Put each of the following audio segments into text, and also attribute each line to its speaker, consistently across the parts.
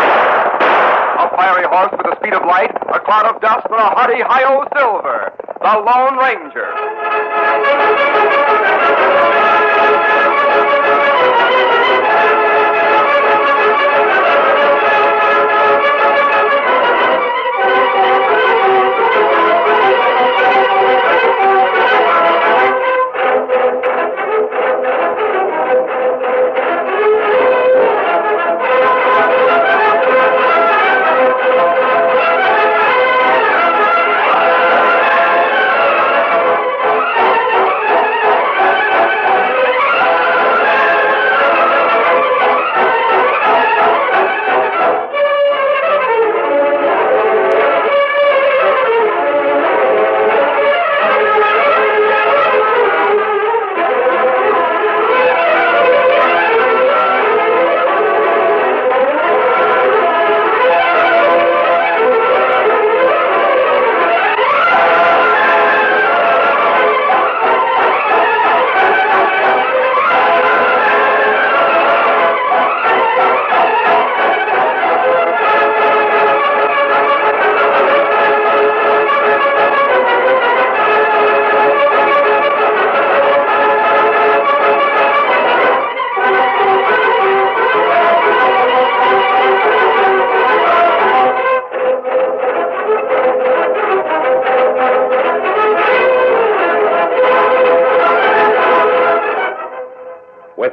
Speaker 1: A fiery horse with the speed of light, a cloud of dust, and a hearty hi-yo silver. The Lone Ranger. With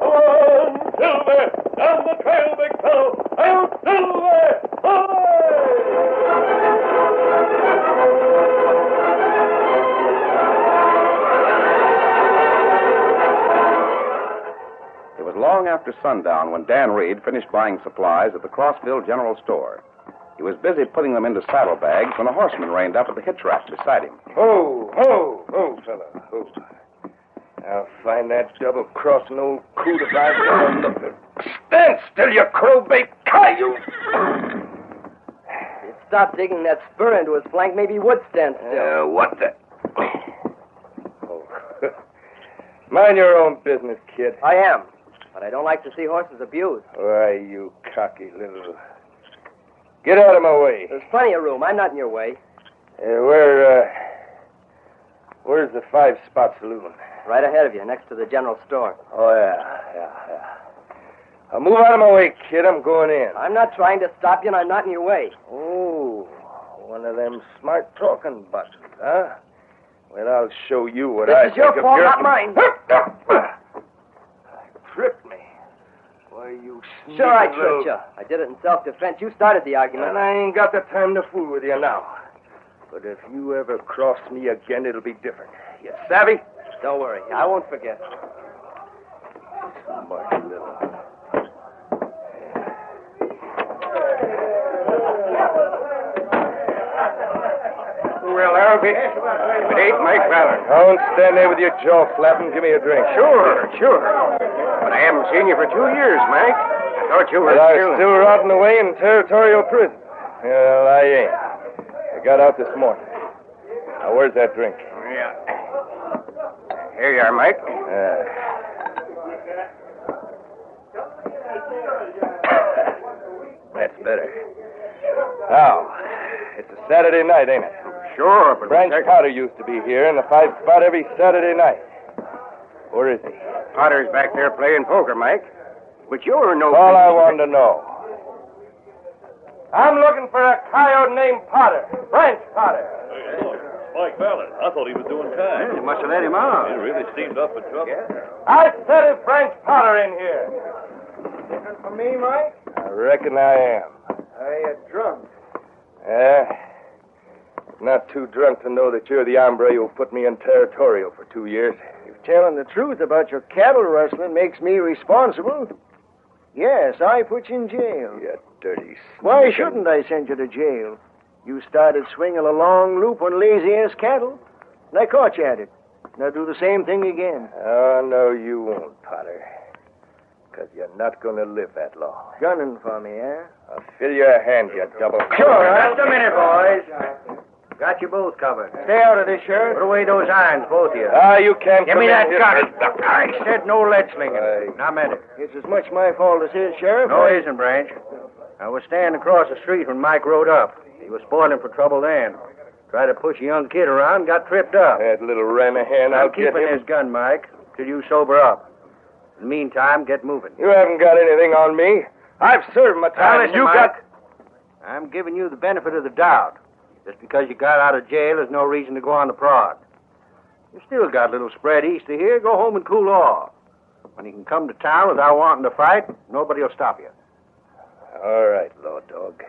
Speaker 2: On Silver, down the trail, big fellow. Out Silver, away!
Speaker 1: It was long after sundown when Dan Reed finished buying supplies at the Crossville General Store. He was busy putting them into saddlebags when a horseman reined up at the hitch rack beside him.
Speaker 3: Ho, ho, ho, fella, ho. I'll find that double crossing old coot if I've ever looked at. Stand still, you crow bait coyote!
Speaker 4: If he stopped digging that spur into his flank, maybe he would stand still.
Speaker 3: Uh, what the? Oh. Mind your own business, kid.
Speaker 4: I am, but I don't like to see horses abused.
Speaker 3: Why, you cocky little. Get out of my way.
Speaker 4: There's plenty of room. I'm not in your way.
Speaker 3: Uh, where, uh. Where's the five spot saloon?
Speaker 4: Right ahead of you, next to the general store.
Speaker 3: Oh, yeah, yeah, yeah. Now move out of my way, kid. I'm going in.
Speaker 4: I'm not trying to stop you, and I'm not in your way.
Speaker 3: Oh, one of them smart talking buttons, huh? Well, I'll show you what
Speaker 4: This
Speaker 3: I
Speaker 4: is your
Speaker 3: think of
Speaker 4: fault, not mine.
Speaker 3: Tripped me. Why, you sneaking
Speaker 4: Sure, I
Speaker 3: little-
Speaker 4: tripped you. I did it in self-defense. You started the
Speaker 3: And
Speaker 4: argument.
Speaker 3: I ain't got the time to fool with you now. But if you ever cross me again, it'll be different. You savvy?
Speaker 4: Don't worry, I won't forget.
Speaker 3: Smart little.
Speaker 1: Well, I'll be. It ain't Mike Mallard.
Speaker 3: Don't stand there with your jaw flapping. Give me a drink.
Speaker 1: Sure, sure. But I haven't seen you for two years, Mike. I thought you were
Speaker 3: But I
Speaker 1: still.
Speaker 3: still rotting away in territorial prison. Well, I ain't. I got out this morning. Now, where's that drink?
Speaker 1: Yeah. Here you are, Mike.
Speaker 3: Uh, that's better. Now, it's a Saturday night, ain't it?
Speaker 1: Sure, but
Speaker 3: Branch Potter used to be here in the five spot every Saturday night. Or is he?
Speaker 1: Potter's back there playing poker, Mike. But you're no.
Speaker 3: All I wanted to know. I'm looking for a coyote named Potter. Branch Potter.
Speaker 2: Spike Ballard. I thought he was doing time.
Speaker 3: You must have let him out.
Speaker 2: He really seemed up for trouble.
Speaker 3: I said it, French Potter in here.
Speaker 4: For me, Mike?
Speaker 3: I reckon I am.
Speaker 4: Are you drunk?
Speaker 3: Eh? Not too drunk to know that you're the hombre who put me in territorial for two years.
Speaker 4: Telling the truth about your cattle rustling makes me responsible. Yes, I put you in jail.
Speaker 3: You dirty
Speaker 4: Why shouldn't I send you to jail? You started swinging a long loop on lazy ass cattle, and I caught you at it. Now do the same thing again.
Speaker 3: Oh, no, you won't, Potter. Because you're not going to live that long.
Speaker 4: Gunning for me, eh?
Speaker 3: I'll fill your hand, you double.
Speaker 4: Just a minute, boys. Got you both covered. Stay out of this, Uh, Sheriff. Put away those irons, both of you.
Speaker 3: Ah, you can't come in here.
Speaker 4: I said no lead slinging.
Speaker 3: Aye.
Speaker 4: Now, meant it. It's as much my fault as his, Sheriff. No, it isn't, Branch. I was standing across the street when Mike rode up. He was spoiling for trouble then. Tried to push a young kid around, got tripped up.
Speaker 3: That little Ranahan, I'll
Speaker 4: I'm
Speaker 3: get
Speaker 4: keeping
Speaker 3: him.
Speaker 4: his gun, Mike, till you sober up. In the meantime, get moving.
Speaker 3: You haven't got anything on me. I've served my
Speaker 4: Now,
Speaker 3: time.
Speaker 4: listen,
Speaker 3: you
Speaker 4: Mike.
Speaker 3: got.
Speaker 4: I'm giving you the benefit of the doubt. Just because you got out of jail is no reason to go on the prod. You still got a little spread east of here. Go home and cool off. When you can come to town without wanting to fight, nobody will stop you.
Speaker 3: All right, Law Dog.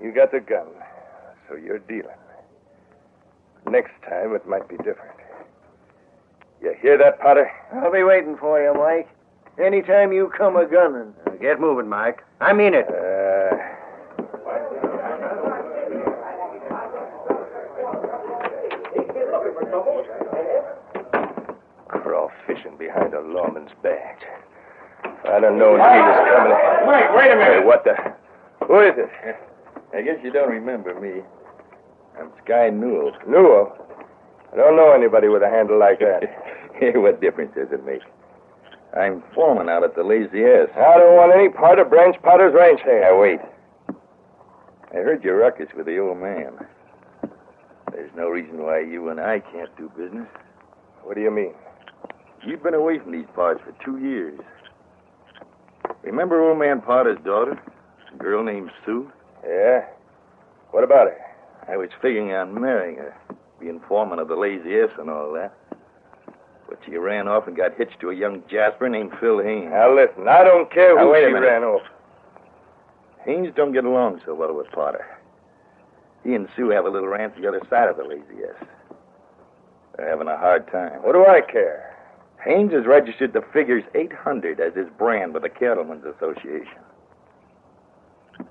Speaker 3: You got the gun, so you're dealing. Next time it might be different. You hear that, Potter?
Speaker 4: I'll be waiting for you, Mike. Anytime you come a gunning. get moving, Mike. I mean it.
Speaker 3: Uh, crawl fishing behind a lawman's badge. I don't know if he was coming. Mike, wait a minute. what the? Who is it? I guess you don't remember me. I'm Sky Newell. Newell? I don't know anybody with a handle like that.
Speaker 5: Hey, what difference does it make? I'm foreman out at the Lazy S.
Speaker 3: I don't want any part of Branch Potter's ranch here.
Speaker 5: Now, wait. I heard your ruckus with the old man. There's no reason why you and I can't do business.
Speaker 3: What do you mean?
Speaker 5: You've been away from these parts for two years. Remember old man Potter's daughter? A girl named Sue?
Speaker 3: Yeah? What about her?
Speaker 5: I was figuring on marrying her, being foreman of the Lazy S and all that. But she ran off and got hitched to a young jasper named Phil Haynes.
Speaker 3: Now listen, I don't care
Speaker 5: Now,
Speaker 3: who
Speaker 5: wait a
Speaker 3: she
Speaker 5: minute.
Speaker 3: ran off.
Speaker 5: Haynes don't get along so well with Potter. He and Sue have a little rant the other side of the Lazy S. They're having a hard time.
Speaker 3: What do I care?
Speaker 5: Haynes has registered the figures 800 as his brand with the Cattlemen's Association.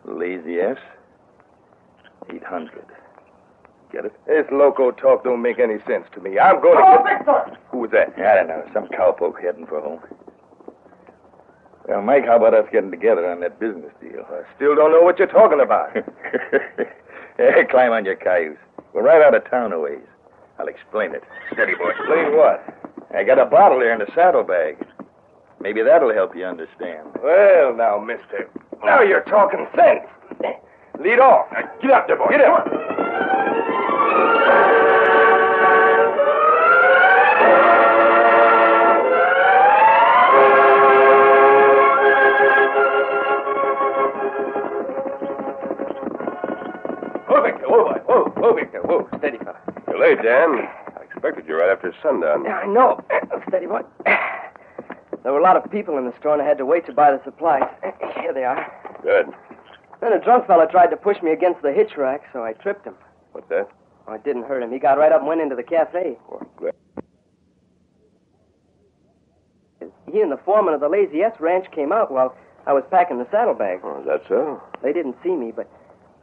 Speaker 5: Lazy S, 800. Get it?
Speaker 3: This loco talk don't make any sense to me. I'm going to. Oh, Victor! Who was that?
Speaker 5: I don't know, some cowpoke heading for home. Well, Mike, how about us getting together on that business deal?
Speaker 3: Still don't know what you're talking about.
Speaker 5: hey, climb on your cayuse. We're right out of town a ways. I'll explain it. Steady, boy.
Speaker 3: Explain what?
Speaker 5: I got a bottle there in the saddlebag. Maybe that'll help you understand.
Speaker 3: Well, now, mister. Now you're talking sense. Lead off. get up there, boy. Get up.
Speaker 1: Whoa, Victor, whoa, boy. Whoa, whoa, Victor, whoa. Steady, fella.
Speaker 3: You're late, Dan. I expected you right after sundown.
Speaker 4: I know. Steady, boy. There were a lot of people in the store, and I had to wait to buy the supplies. Here they are.
Speaker 3: Good.
Speaker 4: Then a drunk fella tried to push me against the hitch rack, so I tripped him.
Speaker 3: What's that?
Speaker 4: Oh, it didn't hurt him. He got right up and went into the cafe. He and the foreman of the Lazy S Ranch came out while I was packing the saddlebags.
Speaker 3: Oh, is that so?
Speaker 4: They didn't see me, but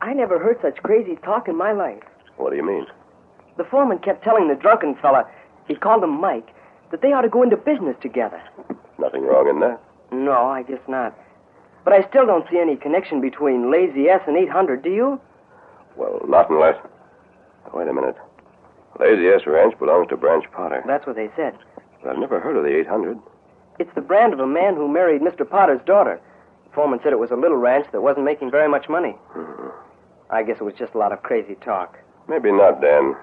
Speaker 4: I never heard such crazy talk in my life.
Speaker 3: What do you mean?
Speaker 4: The foreman kept telling the drunken fella, he called him Mike, that they ought to go into business together.
Speaker 3: Nothing wrong in that.
Speaker 4: No, I guess not. But I still don't see any connection between Lazy S and 800, do you?
Speaker 3: Well, not unless. Oh, Wait a minute. Lazy S Ranch belongs to Branch Potter.
Speaker 4: That's what they said.
Speaker 3: But I've never heard of the 800.
Speaker 4: It's the brand of a man who married Mr. Potter's daughter. The foreman said it was a little ranch that wasn't making very much money. I guess it was just a lot of crazy talk.
Speaker 3: Maybe not, Dan.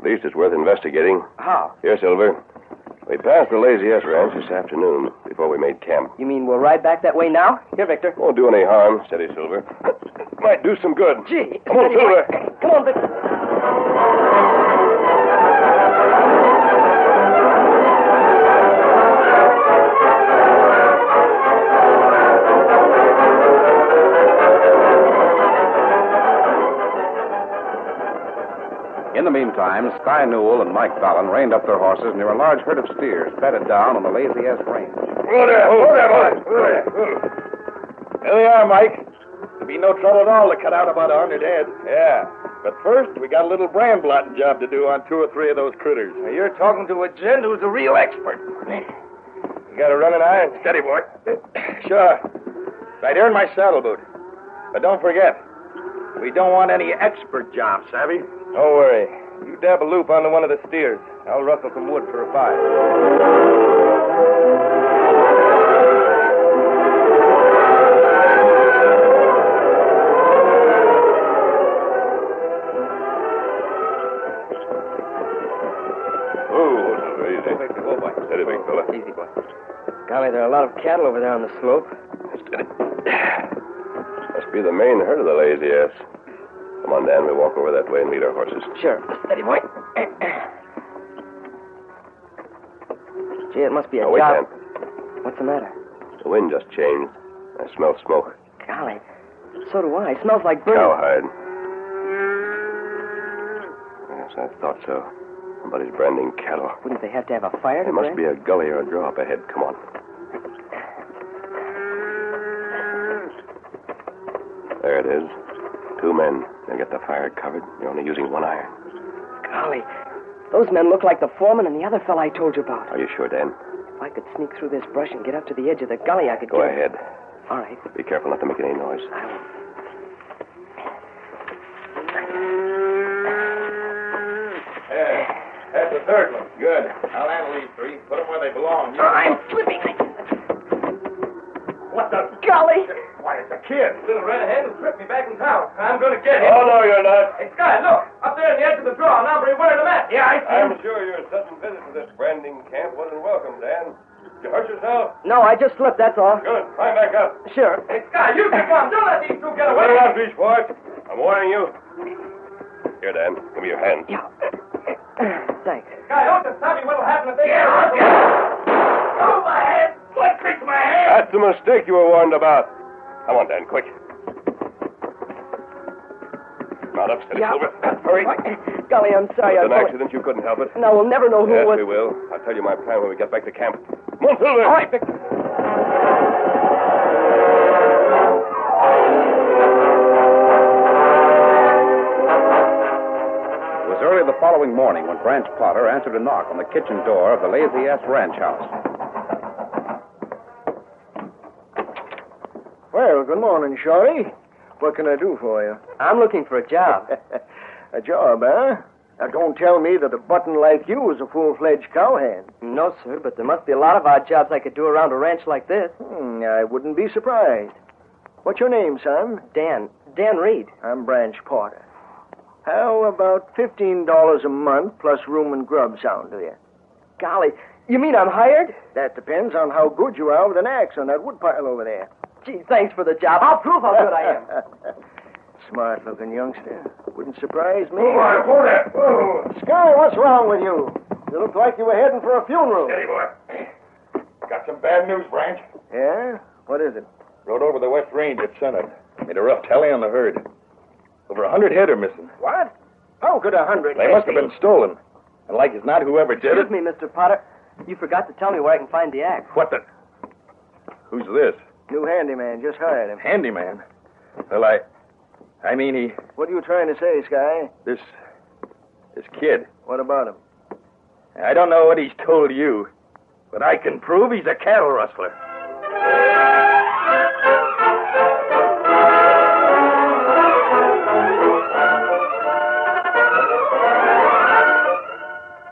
Speaker 3: At least it's worth investigating.
Speaker 4: How?
Speaker 3: Here, Silver. We passed the Lazy S Ranch this afternoon before we made camp.
Speaker 4: You mean we'll ride back that way now? Here, Victor.
Speaker 3: Won't do any harm. Steady, Silver. Might do some good.
Speaker 4: Gee.
Speaker 3: Come on, Silver.
Speaker 4: Come on, Victor.
Speaker 1: time, Sky Newell and Mike Fallon reined up their horses near a large herd of steers bedded down on the Lazy S range.
Speaker 3: Hold there, hold there, boys. Here we are, Mike. There'll be no trouble at all to cut out about a hundred head. Yeah. But first, we got a little brand blotting job to do on two or three of those critters. You're talking to a gent who's a real expert. You got a running iron? Steady, boy. Sure. Right here in my saddle boot. But don't forget, we don't want any expert jobs, savvy? Don't worry. You dab a loop onto one of the steers. I'll rustle some wood for a fire.
Speaker 2: Oh, easy. Steady, big fella.
Speaker 3: Easy, boy. Golly, there are a lot of cattle over there on the slope.
Speaker 6: Must be the main herd of the lazy ass. Come on, Dan, we walk over that way and lead our horses.
Speaker 7: Sure. Steady, boy. Gee, it must be a
Speaker 6: Now, wait,
Speaker 7: job.
Speaker 6: Dan.
Speaker 7: What's the matter?
Speaker 6: The wind just changed. I smell smoke.
Speaker 7: Golly. So do I. It smells like burning.
Speaker 6: Cowhide. Yes, I thought so. Somebody's branding cattle.
Speaker 7: Wouldn't they have to have a fire to
Speaker 6: There must be
Speaker 7: burn?
Speaker 6: a gully or a draw up ahead. Come on. There it is. Two men. They'll get the fire covered. You're only using one iron.
Speaker 7: Golly. Those men look like the foreman and the other fellow I told you about.
Speaker 6: Are you sure, Dan?
Speaker 7: If I could sneak through this brush and get up to the edge of the gully, I could
Speaker 6: Go
Speaker 7: get-
Speaker 6: ahead.
Speaker 7: All right.
Speaker 6: Be careful not to make any noise.
Speaker 3: That's the third one. Good. I'll handle these three. Put them where they belong. You-
Speaker 7: I'm flipping.
Speaker 3: What the?
Speaker 7: Golly.
Speaker 3: Why, it's a kid. Little redhead who tripped me back in town. I'm going to get him. Oh, no, you're not. Hey, Sky, look. Up there in the edge of the draw. An hombre wearing a mask. Yeah, I see him.
Speaker 6: sure your sudden visit to this branding camp wasn't welcome, Dan. You hurt yourself?
Speaker 7: No, I just slipped, that's all.
Speaker 6: Good. Climb back up.
Speaker 7: Sure.
Speaker 3: Hey, Sky, you can come. Don't let these two get away.
Speaker 6: Better not reach for it. I'm warning you. Here, Dan. Give me your hand.
Speaker 7: Yeah. Thanks.
Speaker 3: Sky, don't just tell me what'll happen if they get away. Oh, my head. What picked my head?
Speaker 6: That's the mistake you were warned about. Come on, Dan, quick. Mount up, steady,
Speaker 7: Yeah.
Speaker 6: Silver. Hurry.
Speaker 7: Golly, I'm sorry.
Speaker 6: It was
Speaker 7: I
Speaker 6: an
Speaker 7: fell-
Speaker 6: accident. You couldn't help it.
Speaker 7: Now we'll never know who
Speaker 6: yes,
Speaker 7: was.
Speaker 6: we will. I'll tell you my plan when we get back to camp. Come on, Silver.
Speaker 7: All right, Vic.
Speaker 1: It was early the following morning when Branch Potter answered a knock on the kitchen door of the Lazy S ranch house.
Speaker 4: Well, good morning, Shorty. What can I do for you?
Speaker 7: I'm looking for a job.
Speaker 4: a job, huh? Now, don't tell me that a button like you is a full-fledged cowhand.
Speaker 7: No, sir, but there must be a lot of odd jobs I could do around a ranch like this.
Speaker 4: Hmm, I wouldn't be surprised. What's your name, son?
Speaker 7: Dan, Dan Reed.
Speaker 4: I'm Branch Porter. How about $15 a month plus room and grub sound to you?
Speaker 7: Golly, you mean I'm hired?
Speaker 4: That depends on how good you are with an axe on that woodpile over there.
Speaker 7: Gee, thanks for the job. I'll prove how good I am.
Speaker 4: Smart looking youngster. Wouldn't surprise me.
Speaker 3: Boy, hold it. Whoa.
Speaker 4: Sky, what's wrong with you? You look like you were heading for a funeral.
Speaker 3: Steady, boy. Got some bad news, Branch.
Speaker 4: Yeah? What is it?
Speaker 5: Rode over the West Range at sunup. Made a rough tally on the herd. Over a hundred head are missing.
Speaker 4: What? How could a hundred?
Speaker 5: They must have been stolen. And like as not, whoever did it.
Speaker 7: Excuse me, Mr. Potter. You forgot to tell me where I can find the axe.
Speaker 5: What the? Who's this?
Speaker 4: New handyman just hired him.
Speaker 5: Handyman. Well, I. I mean, he.
Speaker 4: What are you trying to say, Sky?
Speaker 5: This. This kid.
Speaker 4: What about him?
Speaker 5: I don't know what he's told you, but I can prove he's a cattle rustler.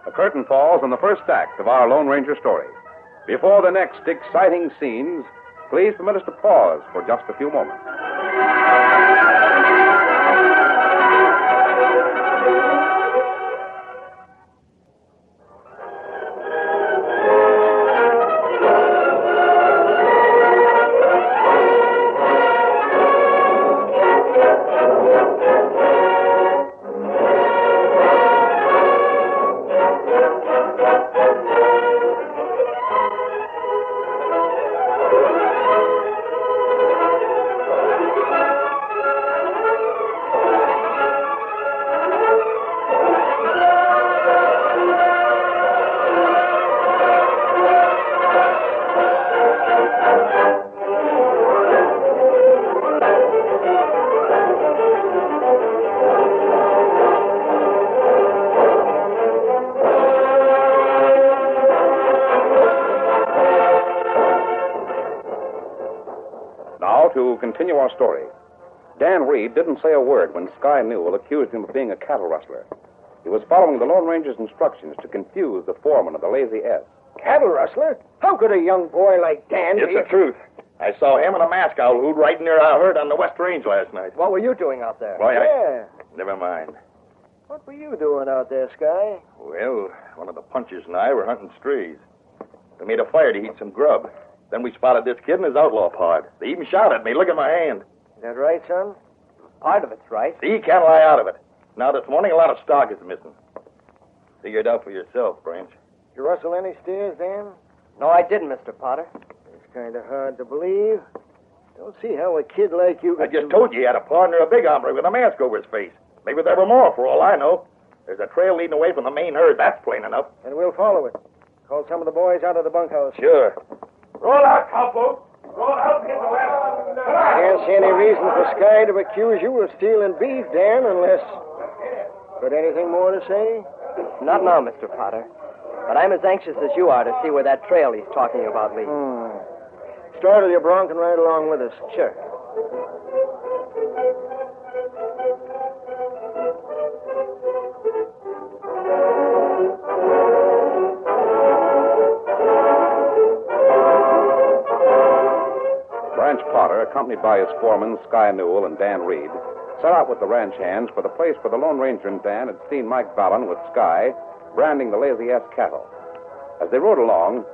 Speaker 1: The curtain falls on the first act of our Lone Ranger story. Before the next exciting scenes, please permit us to pause for just a few moments. now to continue our story. Dan Reed didn't say a word when Sky Newell accused him of being a cattle rustler. He was following the Lone Ranger's instructions to confuse the foreman of the Lazy S.
Speaker 4: Cattle rustler? How could a young boy like Dan
Speaker 3: It's the truth. I saw him and a mask owl hoot right near our herd on the West Range last night.
Speaker 4: What were you doing out there?
Speaker 3: Why, I-
Speaker 4: yeah.
Speaker 3: Never mind.
Speaker 4: What were you doing out there, Sky?
Speaker 3: Well, one of the punchers and I were hunting strays. We made a fire to eat some grub. Then we spotted this kid and his outlaw pod. They even shouted at me, look at my hand.
Speaker 4: Is that right, son? Part of it's right.
Speaker 3: See, can't lie out of it. Now this morning a lot of stock is missing. Figure it out for yourself, Branch.
Speaker 4: You rustle any steers, Dan?
Speaker 7: No, I didn't, Mr. Potter.
Speaker 4: It's kind of hard to believe. Don't see how a kid like you.
Speaker 3: I just told you he had a partner, a big hombre with a mask over his face. Maybe there were more, for all I know. There's a trail leading away from the main herd. That's plain enough.
Speaker 4: And we'll follow it. Call some of the boys out of the bunkhouse.
Speaker 3: Sure.
Speaker 2: Roll out, cowboat. Roll out, hit the west.
Speaker 4: I can't see any reason for Sky to accuse you of stealing beef, Dan, unless. Got anything more to say?
Speaker 7: Not now, Mr. Potter. But I'm as anxious as you are to see where that trail he's talking about leads.
Speaker 4: Startle your bronc and ride along with us. Sure.
Speaker 1: Branch Potter, accompanied by his foreman, Sky Newell, and Dan Reed, set out with the ranch hands for the place where the Lone Ranger and Dan had seen Mike Ballin with Sky branding the Lazy S cattle. As they rode along,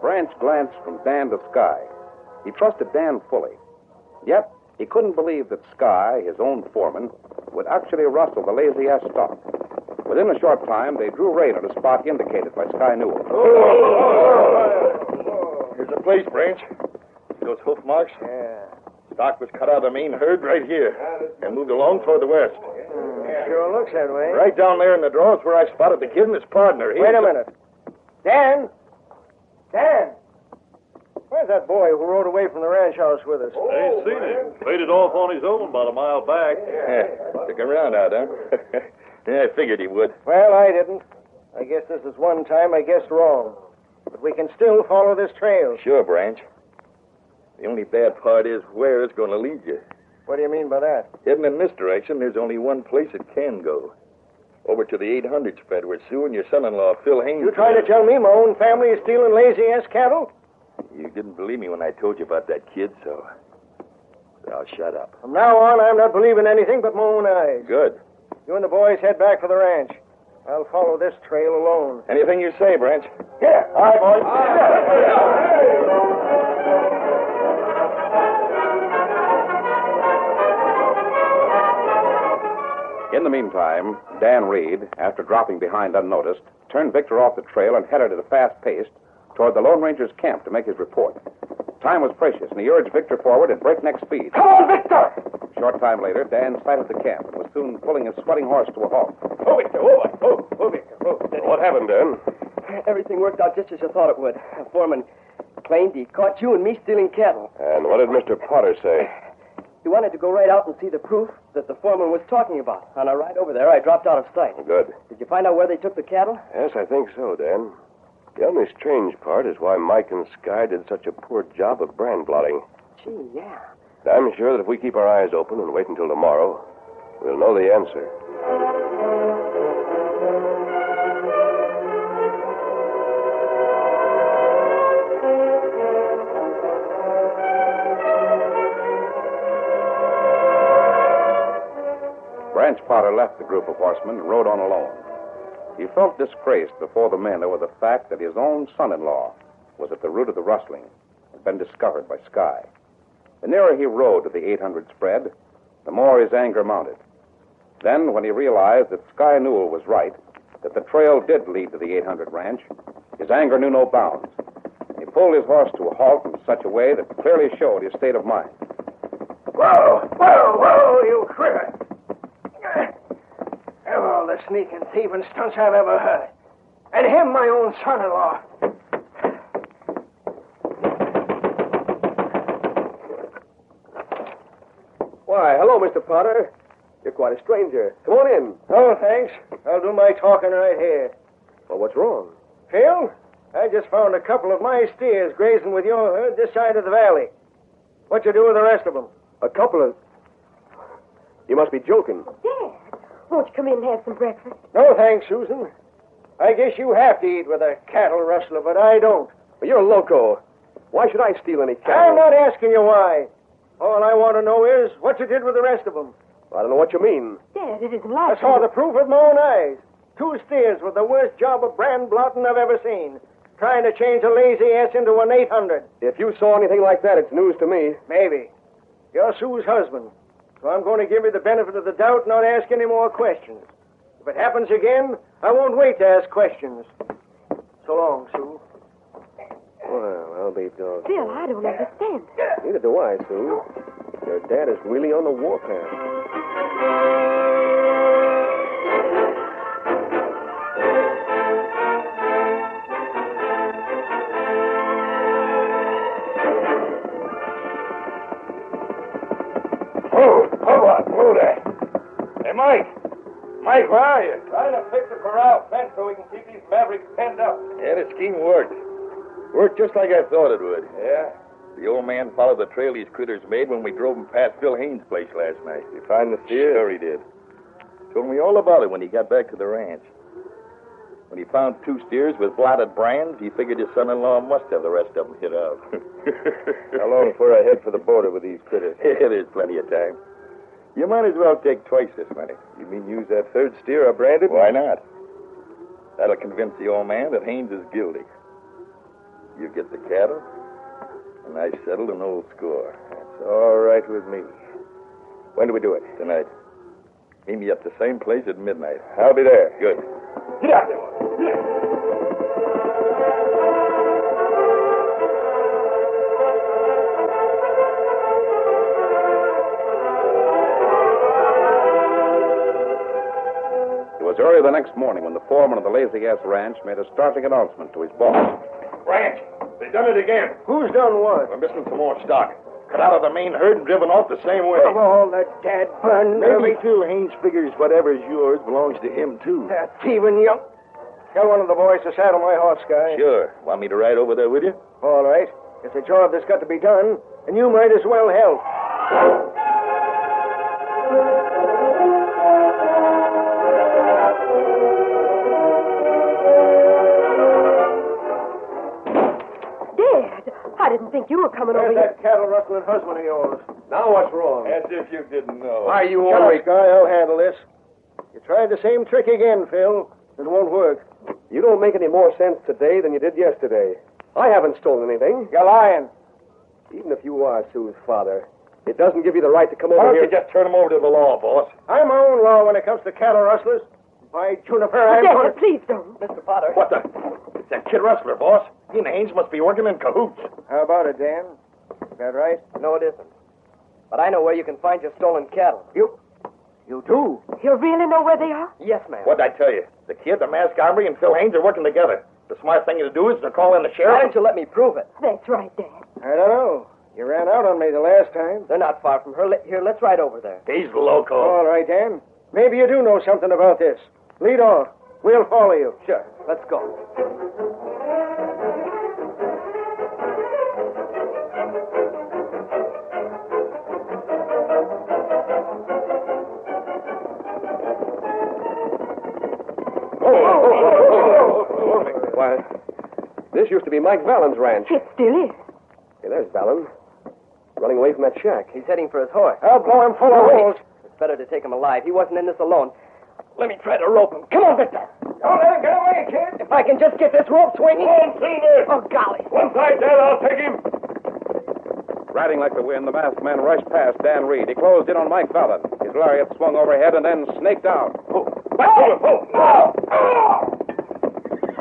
Speaker 1: Branch glanced from Dan to Sky. He trusted Dan fully. Yet, he couldn't believe that Sky, his own foreman, would actually rustle the Lazy S stock. Within a short time, they drew rein at a spot indicated by Sky Newell.
Speaker 3: Here's the place, Branch. See those hoof marks?
Speaker 4: Yeah.
Speaker 3: Stock was cut out of the main herd right here and moved along toward the west.
Speaker 4: Sure looks that way.
Speaker 3: Right down there in the draw is where I spotted the kid and his partner. He-
Speaker 4: Wait a minute. Dan? Dan? Where's that boy who rode away from the ranch house with us?
Speaker 2: Ain't seen him. Faded off on his own about a mile back.
Speaker 3: Yeah, took him round out, huh? yeah, I figured he would.
Speaker 4: Well, I didn't. I guess this is one time I guessed wrong. But we can still follow this trail.
Speaker 3: Sure, Branch. The only bad part is where it's going to lead you.
Speaker 4: What do you mean by that?
Speaker 3: Heading in this direction, there's only one place it can go. Over to the 800 spread where Sue and your son-in-law, Phil Haynes...
Speaker 4: You trying to tell me my own family is stealing lazy ass cattle?
Speaker 3: You didn't believe me when I told you about that kid, so... Now, shut up.
Speaker 4: From now on, I'm not believing anything but my own eyes.
Speaker 3: Good.
Speaker 4: You and the boys head back for the ranch. I'll follow this trail alone.
Speaker 3: Anything you say, Branch.
Speaker 4: Yeah, all right, boys.
Speaker 1: In the meantime, Dan Reed, after dropping behind unnoticed, turned Victor off the trail and headed at a fast pace toward the Lone Ranger's camp to make his report. Time was precious, and he urged Victor forward at breakneck speed. Come on, Victor! Short time later, Dan sighted the camp and was soon pulling his sweating horse to a halt.
Speaker 3: Oh, Victor, oh, oh, oh, Victor, oh.
Speaker 6: What happened, Dan?
Speaker 7: Everything worked out just as you thought it would. Foreman claimed he caught you and me stealing cattle.
Speaker 6: And what did Mr. Potter say?
Speaker 7: He wanted to go right out and see the proof that the foreman was talking about. On our ride over there, I dropped out of sight.
Speaker 6: Good.
Speaker 7: Did you find out where they took the cattle?
Speaker 6: Yes, I think so, Dan. The only strange part is why Mike and Sky did such a poor job of brand blotting.
Speaker 7: Gee, yeah.
Speaker 6: I'm sure that if we keep our eyes open and wait until tomorrow, we'll know the answer.
Speaker 1: Branch Potter left the group of horsemen and rode on alone. He felt disgraced before the men over the fact that his own son in law was at the root of the rustling, had been discovered by Sky. The nearer he rode to the 800 spread, the more his anger mounted. Then, when he realized that Sky Newell was right, that the trail did lead to the 800 ranch, his anger knew no bounds. He pulled his horse to a halt in such a way that clearly showed his state of mind.
Speaker 4: Whoa, whoa, whoa, you critter. Of all the sneaking, thieving stunts I've ever heard. And him, my own son in law. Why, hello, Mr. Potter. You're quite a stranger. Come on in. Oh, thanks. I'll do my talking right here.
Speaker 6: Well, what's wrong?
Speaker 4: Phil, I just found a couple of my steers grazing with your herd this side of the valley. What you do with the rest of them?
Speaker 3: A couple of. You must be joking.
Speaker 8: Dad, won't you come in and have some breakfast?
Speaker 4: No thanks, Susan. I guess you have to eat with a cattle rustler, but I don't.
Speaker 3: Well, you're loco. Why should I steal any cattle?
Speaker 4: I'm not asking you why. All I want to know is what you did with the rest of them.
Speaker 3: I don't know what you mean.
Speaker 8: Dad, it isn't
Speaker 4: I
Speaker 8: like
Speaker 4: saw the proof with my own eyes. Two steers with the worst job of brand blotting I've ever seen, trying to change a lazy ass into an 800.
Speaker 3: If you saw anything like that, it's news to me.
Speaker 4: Maybe. You're Sue's husband. So I'm going to give you the benefit of the doubt and not ask any more questions. If it happens again, I won't wait to ask questions. So long, Sue.
Speaker 3: Well, I'll be dogged.
Speaker 8: Bill, I don't understand.
Speaker 3: Neither do I, Sue. Your dad is really on the warpath.
Speaker 9: Move! Move on! Move there! Hey, Mike! Mike, where are you?
Speaker 5: Trying to fix the corral fence so we can keep these mavericks penned up. Yeah, the scheme worked. Worked just like I thought it would. Yeah? The old man followed the trail these critters made when we drove them past Bill Haynes' place last night. You find the steer? Sure he did. Told me all about it when he got back to the ranch. When he found two steers with blotted brands, he figured his son-in-law must have the rest of them hit out.
Speaker 10: How long before I head for the border with these critters?
Speaker 5: Yeah, there's plenty of time. You might as well take twice this money.
Speaker 10: You mean use that third steer I branded?
Speaker 5: Why not? That'll convince the old man that Haynes is guilty. You get the cattle, and I settle an old score.
Speaker 10: It's all right with me. When do we do it?
Speaker 5: Tonight, meet me at the same place at midnight.
Speaker 10: I'll be there.
Speaker 5: Good.
Speaker 9: Get out there! Get out.
Speaker 1: It was early the next morning when the foreman of the Lazy Ass Ranch made a startling announcement to his boss.
Speaker 9: Ranch! They done it again.
Speaker 4: Who's done what?
Speaker 5: We're missing some more stock. Cut out of the main herd and driven off the same way.
Speaker 4: Of all the dead burn,
Speaker 10: Maybe, too, Haynes figures whatever's yours belongs to him, too.
Speaker 4: That thieving young. Tell one of the boys to saddle my horse, guy.
Speaker 5: Sure. Want me to ride over there with you?
Speaker 4: All right. It's a job that's got to be done, and you might as well help.
Speaker 8: Dad, I didn't think you were coming over
Speaker 4: Where's
Speaker 8: here.
Speaker 4: that cattle rustling husband of yours?
Speaker 3: Now what's wrong?
Speaker 5: As if you didn't know.
Speaker 4: Why, you Shut always... up, Guy. I'll handle this. You tried the same trick again, Phil. It won't work.
Speaker 3: You don't make any more sense today than you did yesterday. I haven't stolen anything.
Speaker 4: You're lying.
Speaker 3: Even if you are Sue's father, it doesn't give you the right to come over
Speaker 5: Why don't
Speaker 3: here.
Speaker 5: you just turn him over to the law, boss?
Speaker 4: I'm my own law when it comes to cattle rustlers. By Juniper, I'm
Speaker 8: Dad,
Speaker 4: going to...
Speaker 8: please don't.
Speaker 7: Mr. Potter.
Speaker 5: What the? It's that kid rustler, boss. He and Haynes must be working in cahoots.
Speaker 4: How about it, Dan? Is that right?
Speaker 7: No, it isn't. But I know where you can find your stolen cattle.
Speaker 4: You do.
Speaker 8: You really know where they are?
Speaker 7: Yes, ma'am.
Speaker 5: What'd I tell you? The kid, the masked hombre, and Phil Haynes are working together. The smart thing to do is to call in the
Speaker 7: Why
Speaker 5: sheriff.
Speaker 7: don't you let me prove it?
Speaker 8: That's right, Dad.
Speaker 4: I don't know. You ran out on me the last time.
Speaker 7: They're not far from her. Let- Here, let's ride over there.
Speaker 5: He's loco.
Speaker 4: All right, Dan. Maybe you do know something about this. Lead on. We'll follow you. Sure.
Speaker 7: Let's go.
Speaker 3: Why, this used to be Mike Vallon's ranch.
Speaker 8: It still is.
Speaker 3: Hey, there's Vallon. Running away from that shack.
Speaker 7: He's heading for his horse.
Speaker 4: I'll blow him full of holes.
Speaker 7: It's better to take him alive. He wasn't in this alone. Let me try to rope him. Come on, Victor.
Speaker 9: Don't let him get away, kid!
Speaker 7: If I can just get this rope swinging.
Speaker 9: One silver!
Speaker 8: Oh, golly.
Speaker 9: One side, Dad, I'll take him!
Speaker 1: Riding like the wind, the masked man rushed past Dan Reed. He closed in on Mike Fallon. His lariat swung overhead and then snaked out.
Speaker 9: Oh, back to him! Oh, no! Oh!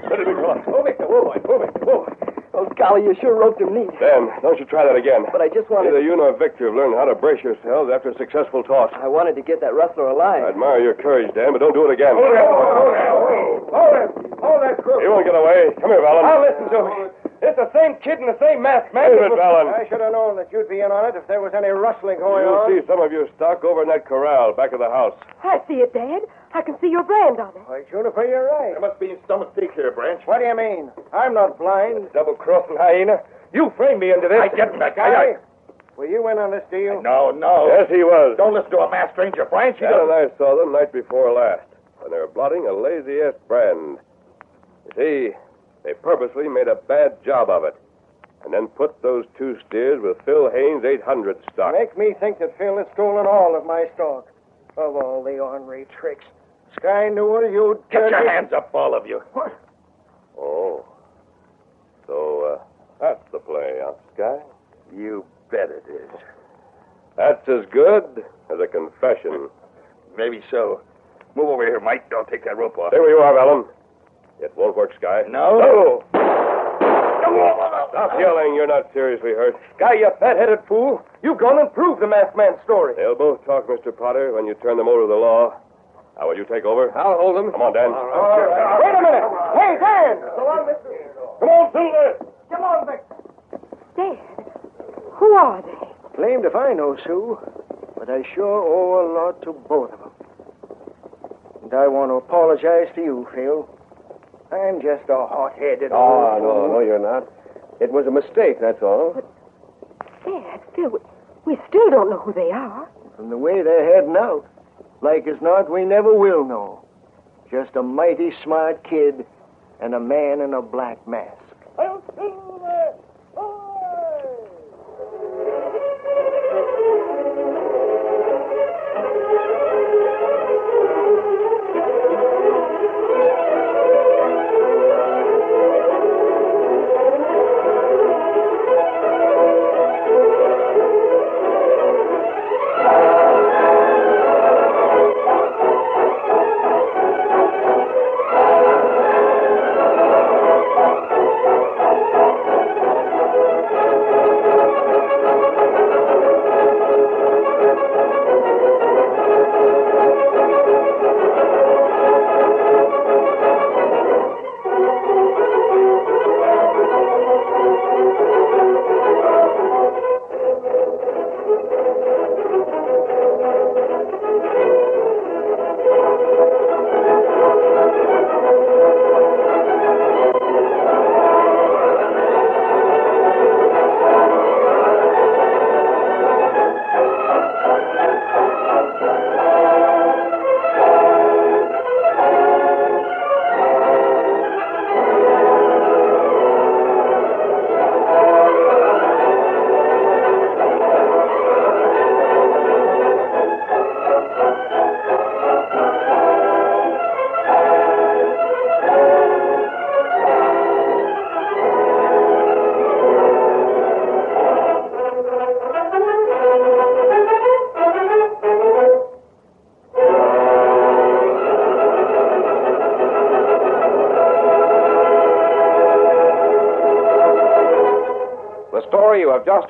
Speaker 9: Let him be gone. Move it, move it, move it, move it.
Speaker 7: Oh, golly, you sure roped him neat.
Speaker 3: Dan, don't you try that again.
Speaker 7: But I just wanted.
Speaker 3: Neither you nor Victor have learned how to brace yourselves after a successful toss.
Speaker 7: I wanted to get that rustler alive.
Speaker 3: I admire your courage, Dan, but don't do it again.
Speaker 9: Hold it, hold it, hold it.
Speaker 4: Hold him. Hold that crook.
Speaker 3: He won't get away. Come here, Vallon.
Speaker 9: Now listen to me. It's the same kid and the same masked man.
Speaker 3: Wait a minute, Vallon.
Speaker 4: I should have known that you'd be in on it if there was any rustling going on.
Speaker 3: You'll see some of your stock over in that corral back of the house.
Speaker 8: I see it, Dad. I can see your brand on it.
Speaker 4: Why, Juniper, you're
Speaker 5: There
Speaker 4: right.
Speaker 5: must be some mistake here, Branch.
Speaker 4: What do you mean? I'm not blind.
Speaker 9: Double crossing hyena. You framed me into this. I get back. I, I,
Speaker 4: Well, you went on this deal?
Speaker 5: No, no.
Speaker 3: Oh, Yes, he was.
Speaker 5: Don't listen to a masked stranger, Frank. She
Speaker 3: Dad and
Speaker 5: doesn't.
Speaker 3: I saw them night before last, and they were blotting a lazy ass brand. You see, they purposely made a bad job of it, and then put those two steers with Phil Haynes' 800 stock.
Speaker 4: Make me think that Phil has stolen all of my stock. Of all the ornery tricks. Sky Newell, you
Speaker 5: Get
Speaker 4: dirty...
Speaker 5: your hands up, all of you.
Speaker 3: Oh. So, uh, that's the play, huh, Sky?
Speaker 5: You bet it is.
Speaker 3: That's as good as a confession.
Speaker 5: Maybe so. Move over here, Mike. I'll take that rope off.
Speaker 3: There you are, Alan. It won't work, Sky.
Speaker 5: No.
Speaker 3: Stop yelling. You're not seriously hurt.
Speaker 11: Guy, you fat-headed fool. You've gone and proved the masked man's story.
Speaker 3: They'll both talk, Mr. Potter, when you turn them over to the law. How will you take over?
Speaker 11: I'll hold him.
Speaker 3: Come on, Dan.
Speaker 11: Wait a minute. Hey, Dan!
Speaker 3: Come on, Silver.
Speaker 8: Dad, who are they?
Speaker 4: Blamed if I know, Sue. But I sure owe a lot to both of them. And I want to apologize to you, Phil. I'm just a hot-headed
Speaker 3: Oh,
Speaker 4: old
Speaker 3: no, no, you're not. It was a mistake, that's all.
Speaker 8: Dad, Phil, we, we still don't know who they are.
Speaker 4: From the way they're heading out, like as not, we never will know. Just a mighty smart kid and a man in a black mask.
Speaker 1: The story you have just